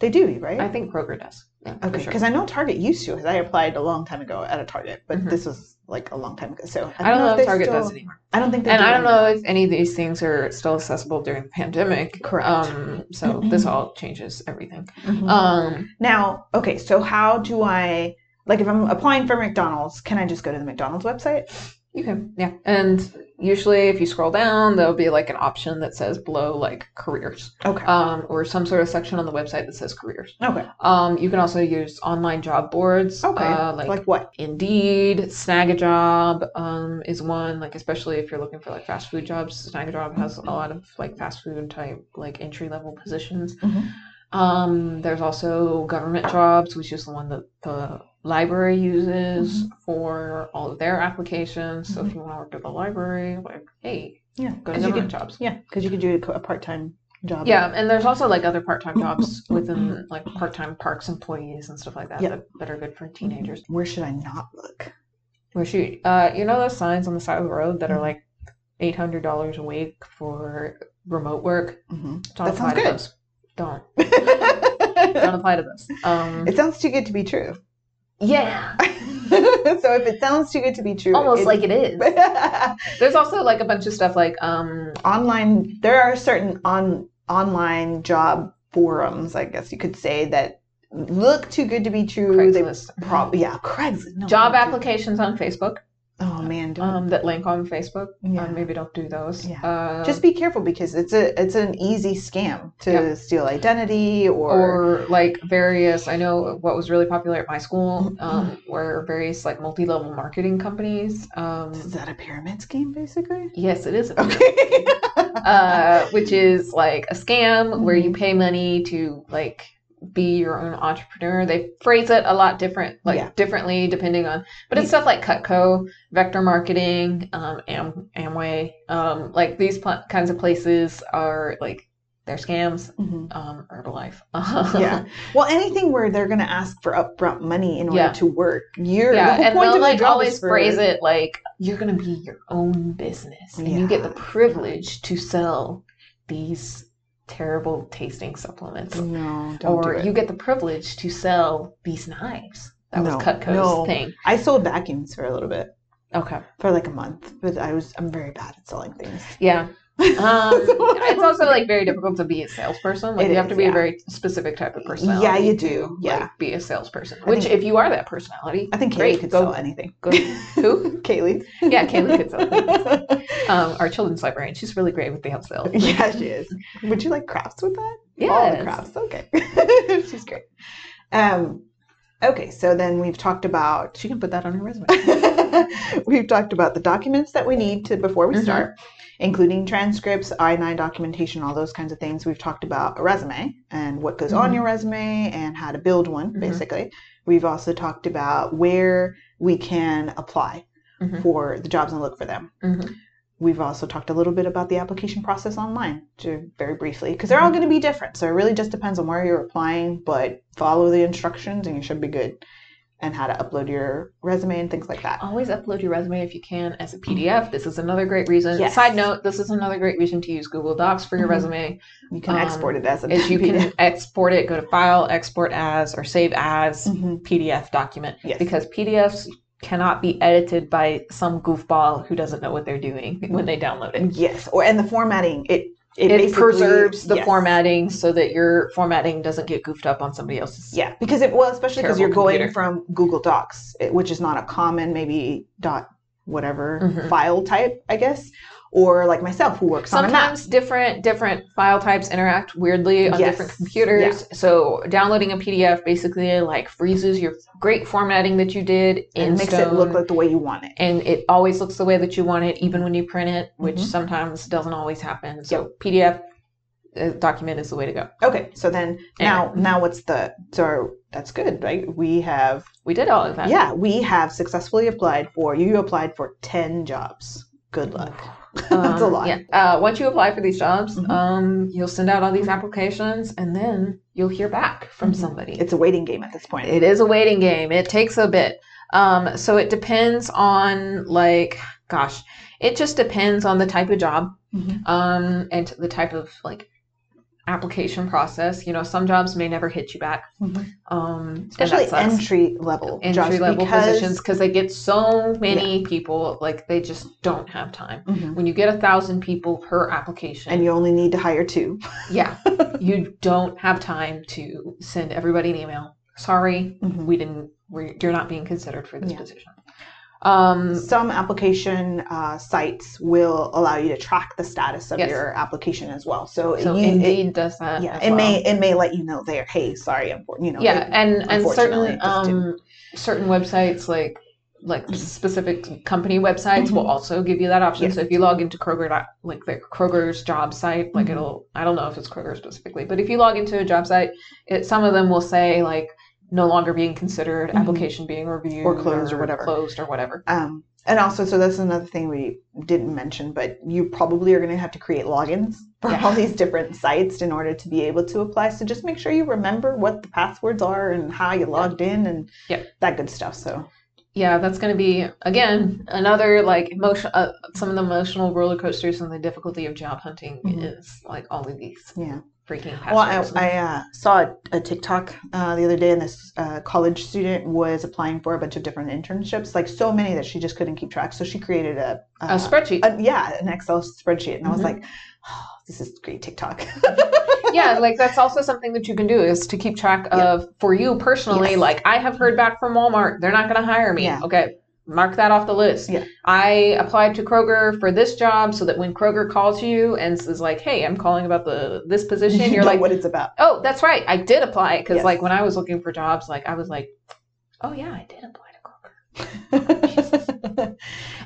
They do, right?
I think Kroger does. Yeah, for
okay,
sure.
because I know Target used to. Because I applied a long time ago at a Target, but
Mhm.
this was like a long time ago. So
I don't know if
they
Target
still,
does anymore.
I don't think. They
and
do
I don't know
anymore.
if any of these things are still accessible during the pandemic.
Correct. Mm-hmm.
Um, so this all changes everything.
Mhm.
Um,
now, okay, so how do I? Like, if I'm applying for McDonald's, can I just go to the McDonald's website?
you can, yeah. And usually, if you scroll down, there'll be like an option that says below like careers,
Okay.
um, or some sort of section on the website that says careers.
okay.
Um, you can also use online job boards.
Okay.
uh, like.
Like, what?
Indeed, Snagajob um, is one like especially if you're looking for like fast food jobs. Snagajob has a lot of like fast food type like entry level positions.
Mhm.
Um, there's also government jobs, which is the one that the library uses
Mm-hmm.
for all of their applications. So if you want to work at the library, like hey,
Yeah.
go to
Mm-hmm. 'cause you
government
could,
jobs.
yeah, because you could do a co- a part-time job.
Yeah, and there's also like other part-time jobs within like part-time parks employees and stuff like that
Yeah. Mm-hmm.
that, that are good for teenagers.
Where should I not look?
Well, shoot. Uh, you know those signs on the side of the road that are
Mhm.
like eight hundred dollars a week for remote work?
Mhm.
Don't
That
apply
sounds
to
good.
those. Don't don't apply to those. Um,
it sounds too good to be true.
yeah,
so if it sounds too good to be true,
almost
it-
like it is. There's also like a bunch of stuff like um,
online. There are certain on online job forums, I guess you could say, that look too good to be true.
Craigslist.
They prob- yeah, Craigslist. No,
job
don't do-
applications on Facebook
Oh man, don't-
um, that link on Facebook.
yeah.
Um, maybe don't do those.
Yeah.
Uh,
Just be careful because it's a it's an easy scam to
Yeah.
steal identity or,
or like various i know what was really popular at my school
Mm-hmm.
um, were various like multi-level marketing companies um,
is that a pyramid scheme basically? Mm-hmm.
yes it is a
Okay.
uh, which is like a scam where you pay money to like be your own entrepreneur. They phrase it a lot different, like
Yeah.
differently depending on, but it's stuff like Cutco, Vector Marketing, um, Am- Amway, um, like these pl- kinds of places are like they're scams.
Mhm.
Um, Herbalife,
Yeah. Well, anything where they're going to ask for upfront money in order
Yeah.
to work, you're
yeah,
the whole
and
point
they'll
of the
like
job
always
is for,
phrase it like you're gonna be your own business, and you get the privilege to sell these terrible tasting supplements,
No, don't do
or
it.
you get the privilege to sell these knives. That
No,
was Cutco's
no.
thing.
I sold vacuums for a little bit,
Okay,
for like a month, but I was I'm very bad at selling things.
yeah, Um,
That's what I
it's
was
also like very difficult to be a salesperson. Like
It
you have
is,
to be
yeah.
a very specific type of personality.
Yeah, you
to,
do. Yeah.
like, be a salesperson.
I
Which,
think-
if you are that personality,
I think Kaylee
Great,
could
go-
sell anything.
go. Who?
Kaylee.
Yeah, Kaylee could sell. things. Um, our children's librarian. She's really great with the help sales.
yeah, she is. Would you like crafts with that? All the
Yes.
crafts. Okay. She's great. Um, okay, so then we've talked about
She can put that on her resume.
We've talked about the documents that we need to before we
Mhm.
start, including transcripts, I-9 documentation, all those kinds of things. We've talked about a resume and what goes on
Mhm.
your resume and how to build one,
Mhm.
basically. We've also talked about where we can apply
Mhm.
for the jobs and look for them.
Mhm.
We've also talked a little bit about the application process online, to very briefly, because they're all
Mm-hmm.
going to be different. So it really just depends on where you're applying, but follow the instructions and you should be good. And how to upload your resume and things like that.
Always upload your resume if you can as a PDF. This is another great reason.
Yes.
Side note: This is another great reason to use Google Docs for your
Mhm.
resume.
You can
Um,
export it as a
Is you
PDF.
can export it, go to File, Export as, or Save as
Mhm.
PDF document.
Yes.
because PDFs cannot be edited by some goofball who doesn't know what they're doing when they download it.
yes, or and the formatting it it,
It,
basically-
preserves the
yes.
formatting so that your formatting doesn't get goofed up on somebody else's.
Yeah, because it well, especially because
Terrible
you're going
computer.
from Google Docs, it- which is not a common maybe dot whatever
Mhm.
file type, I guess, or like myself who works on a Mac.
Sometimes different different file types interact weirdly on
Yes.
different computers. So downloading a PDF basically like freezes your great formatting that you did in
And makes it
stone,
look like the way you want it.
and it always looks the way that you want it, even when you print it, which
Mhm.
sometimes doesn't always happen. So PDF uh, document is the way to go.
Okay, so then now
Anyway.
now what's the so that's good, right? We have
We did all of that.
yeah, we have successfully applied for you applied for ten jobs. Good luck. That's a
Um,
lot.
Yeah. Uh, once you apply for these jobs,
Mhm.
um, you'll send out all these applications, and then you'll hear back from
Mhm.
somebody.
It's a waiting game at this point.
Mm-hmm. It is a waiting game. It takes a bit. Um, so it depends on like, gosh, it just depends on the type of job
Mhm.
um, and the type of like application process. You know, some jobs may never hit you back,
Mhm.
um, and that
especially
sucks.
entry level
entry level positions because they get so many people. Like they just don't have time.
Mhm.
When you get a thousand people per application,
and you only need to hire two
Yeah, you don't have time to send everybody an email. Sorry, we didn't. We're, you're not being considered for this
Yeah.
position. Um,
some application uh, sites will allow you to track the status of
Yes.
your application as well so,
so
you, it,
Indeed does that.
yeah,
as
it may
well.
it may let you know there hey sorry i'm you know
Yeah, and and
unfortunately,
certain
just didn't.
um, certain websites like like
Mhm.
specific company websites will
Mm-hmm.
also give you that option.
Yes.
So if you log into Kroger dot- like the Kroger's job site, like
Mhm.
it'll I don't know if it's Kroger specifically, but if you log into a job site, it some of them will say like no longer being considered,
Mhm.
application being reviewed
Or closed or whatever.
Closed or whatever.
um, and also so that's another thing we didn't mention but you probably are going to have to create logins for
Yeah.
all these different sites in order to be able to apply so just make sure you remember what the passwords are and how you logged in and
Yep.
that good stuff so
Yeah, that's going to be again another like emotion uh, some of the emotional roller coasters and the difficulty of job hunting
Mhm.
is like all of these
yeah
freaking
Well, I,
passwords.
I uh, saw a, a TikTok uh, the other day, and this uh, college student was applying for a bunch of different internships, like so many that she just couldn't keep track. So she created a,
a
uh,
spreadsheet.
a- yeah, an Excel spreadsheet, and I was
Mhm.
like, oh, this is great TikTok.
yeah, like that's also something that you can do is to keep track
Yeah.
of for you personally.
Yes.
Like I have heard back from Walmart, they're not going to hire me.
Yeah.
Okay, mark that off the list.
Yeah.
I applied to Kroger for this job so that when Kroger calls you and is like, "Hey, I'm calling about the this
You
position," you're
know
like,
what it's about?
"Oh, that's right, I did apply." Because
Yes.
like when I was looking for jobs, like I was like, "Oh yeah, I did apply to Kroger."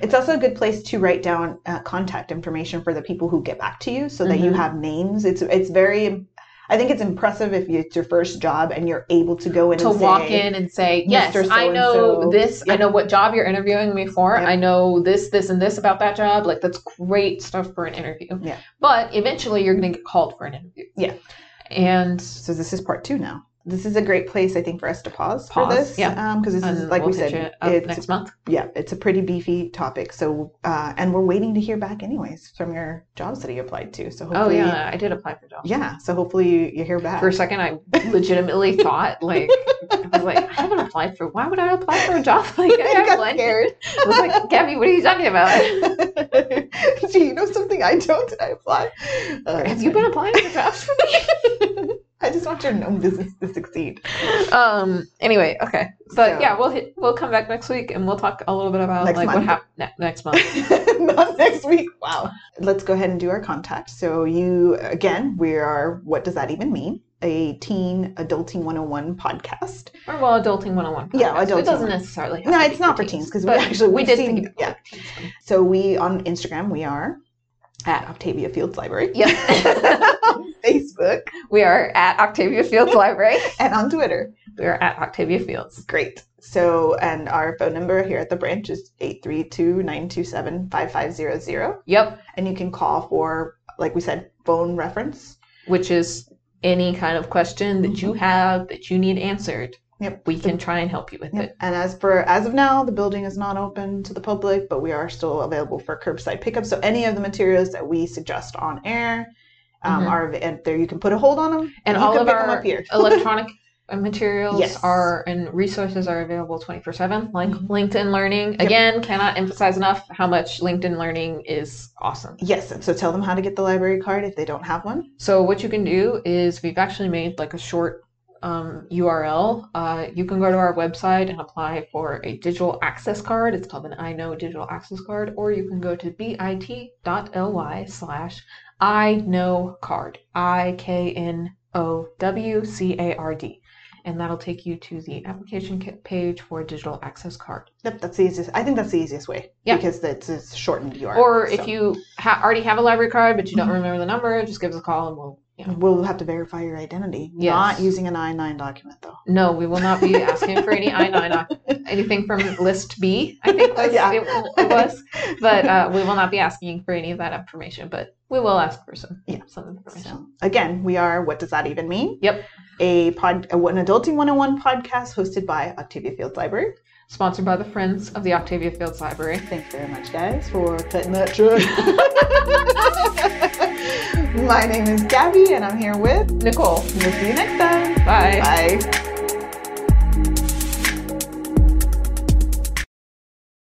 it's also a good place to write down uh, contact information for the people who get back to you, so that you
Mhm.
have names. It's it's very. I think it's impressive if you, it's your first job and you're able to go in
to
and
walk
say,
in and say, "Yes,
Mr.
I know
so-and-so."
this.
Yeah.
I know what job you're interviewing me for.
Yeah.
I know this, this, and this about that job." Like that's great stuff for an interview.
Yeah.
But eventually, you're going to get called for an interview.
Yeah.
And
So this is part two now. This is a great place, I think, for us to pause,
Pause,
for this.
yeah.
Because this is,
And
like
we'll
we
pitch
said,
it up
it's
next month.
yeah, it's a pretty beefy topic. So, uh, and we're waiting to hear back, anyways, from your jobs that you applied to. So
Oh
hopefully,
yeah, I did apply for jobs.
yeah. So hopefully you, you hear back.
For a second, I legitimately thought like I was like I haven't applied for. Why would I apply for a job like I
I
have
got
one?
scared.
I was like, Gabby, what are you talking about?
Gee, you know something I don't? Did I apply? Uh,
Have you been applying for jobs for me?
I just want your known business to succeed.
um. Anyway, okay, but
So-
yeah, we'll hit, we'll come back next week and we'll talk a little bit about
Next
like what
month.
happened ne- next month.
Not next week. Wow. Let's go ahead and do our contact. So, you, again, we are What Does That Even Mean? A Teen Adulting 101 podcast.
Or well, adulting 101. Podcast.
Yeah,
It doesn't
Adulting.
necessarily. Have
No,
to
it's
be
not
for
for teens because we
but
actually
we
we've
did
seen-
think about
yeah.
it for teens.
So, we on Instagram, we are at Octavia Fields Library.
Yeah.
on Facebook
we are at Octavia Fields Library.
and on Twitter.
We are at Octavia Fields.
Great. So, and our phone number here at the branch is 832 927 5500.
Yep,
And you can call for, like we said, phone reference.
which is any kind of question that you have that you need answered.
Mm-hmm. Yep.
We can try and help you with
Yep.
it.
And as for as of now, the building is not open to the public, but we are still available for curbside pickup. So any of the materials that we suggest on air um,
Mhm.
are av- and there. You can put a hold on them,
And
you
all
can
of
pick 'em
our
up here.
Electronic materials
Yes.
are and resources are available 24 7 like
Mhm.
linkedin learning again cannot emphasize enough how much linkedin learning is awesome
Yes, and so tell them how to get the library card if they don't have one.
So what you can do is we've actually made like a short um, URL. Uh, you can go to our website and apply for a digital access card. It's called an I Know Digital Access Card, or you can go to bit.ly slash I Know Card, I K N O W C A R D, and that'll take you to the application ca- page for a digital access card.
Yep, that's the easiest. I think that's the easiest way.
Yeah.
because it's a shortened URL.
Or if
so.
you ha- already have a library card but you don't
Mhm.
remember the number, just give us a call and we'll. You know,
We'll have to verify your identity.
Yes.
Not using an I nine document though.
No, we will not be asking for any I nine doc- anything from list B. I think was,
Yeah.
it, it was, but uh, we will not be asking for any of that information. But we will ask for some
Yeah.
some information.
So again, we are. What does that even mean?
Yep.
A pod, a, an adulting 101 podcast hosted by Octavia Fields Library.
Sponsored by the Friends of the Octavia Fields Library.
Thanks very much, guys, for cutting that truck. My name is Gabby, and I'm here with.
Nicole,
We'll see you next time.
bye.
Bye.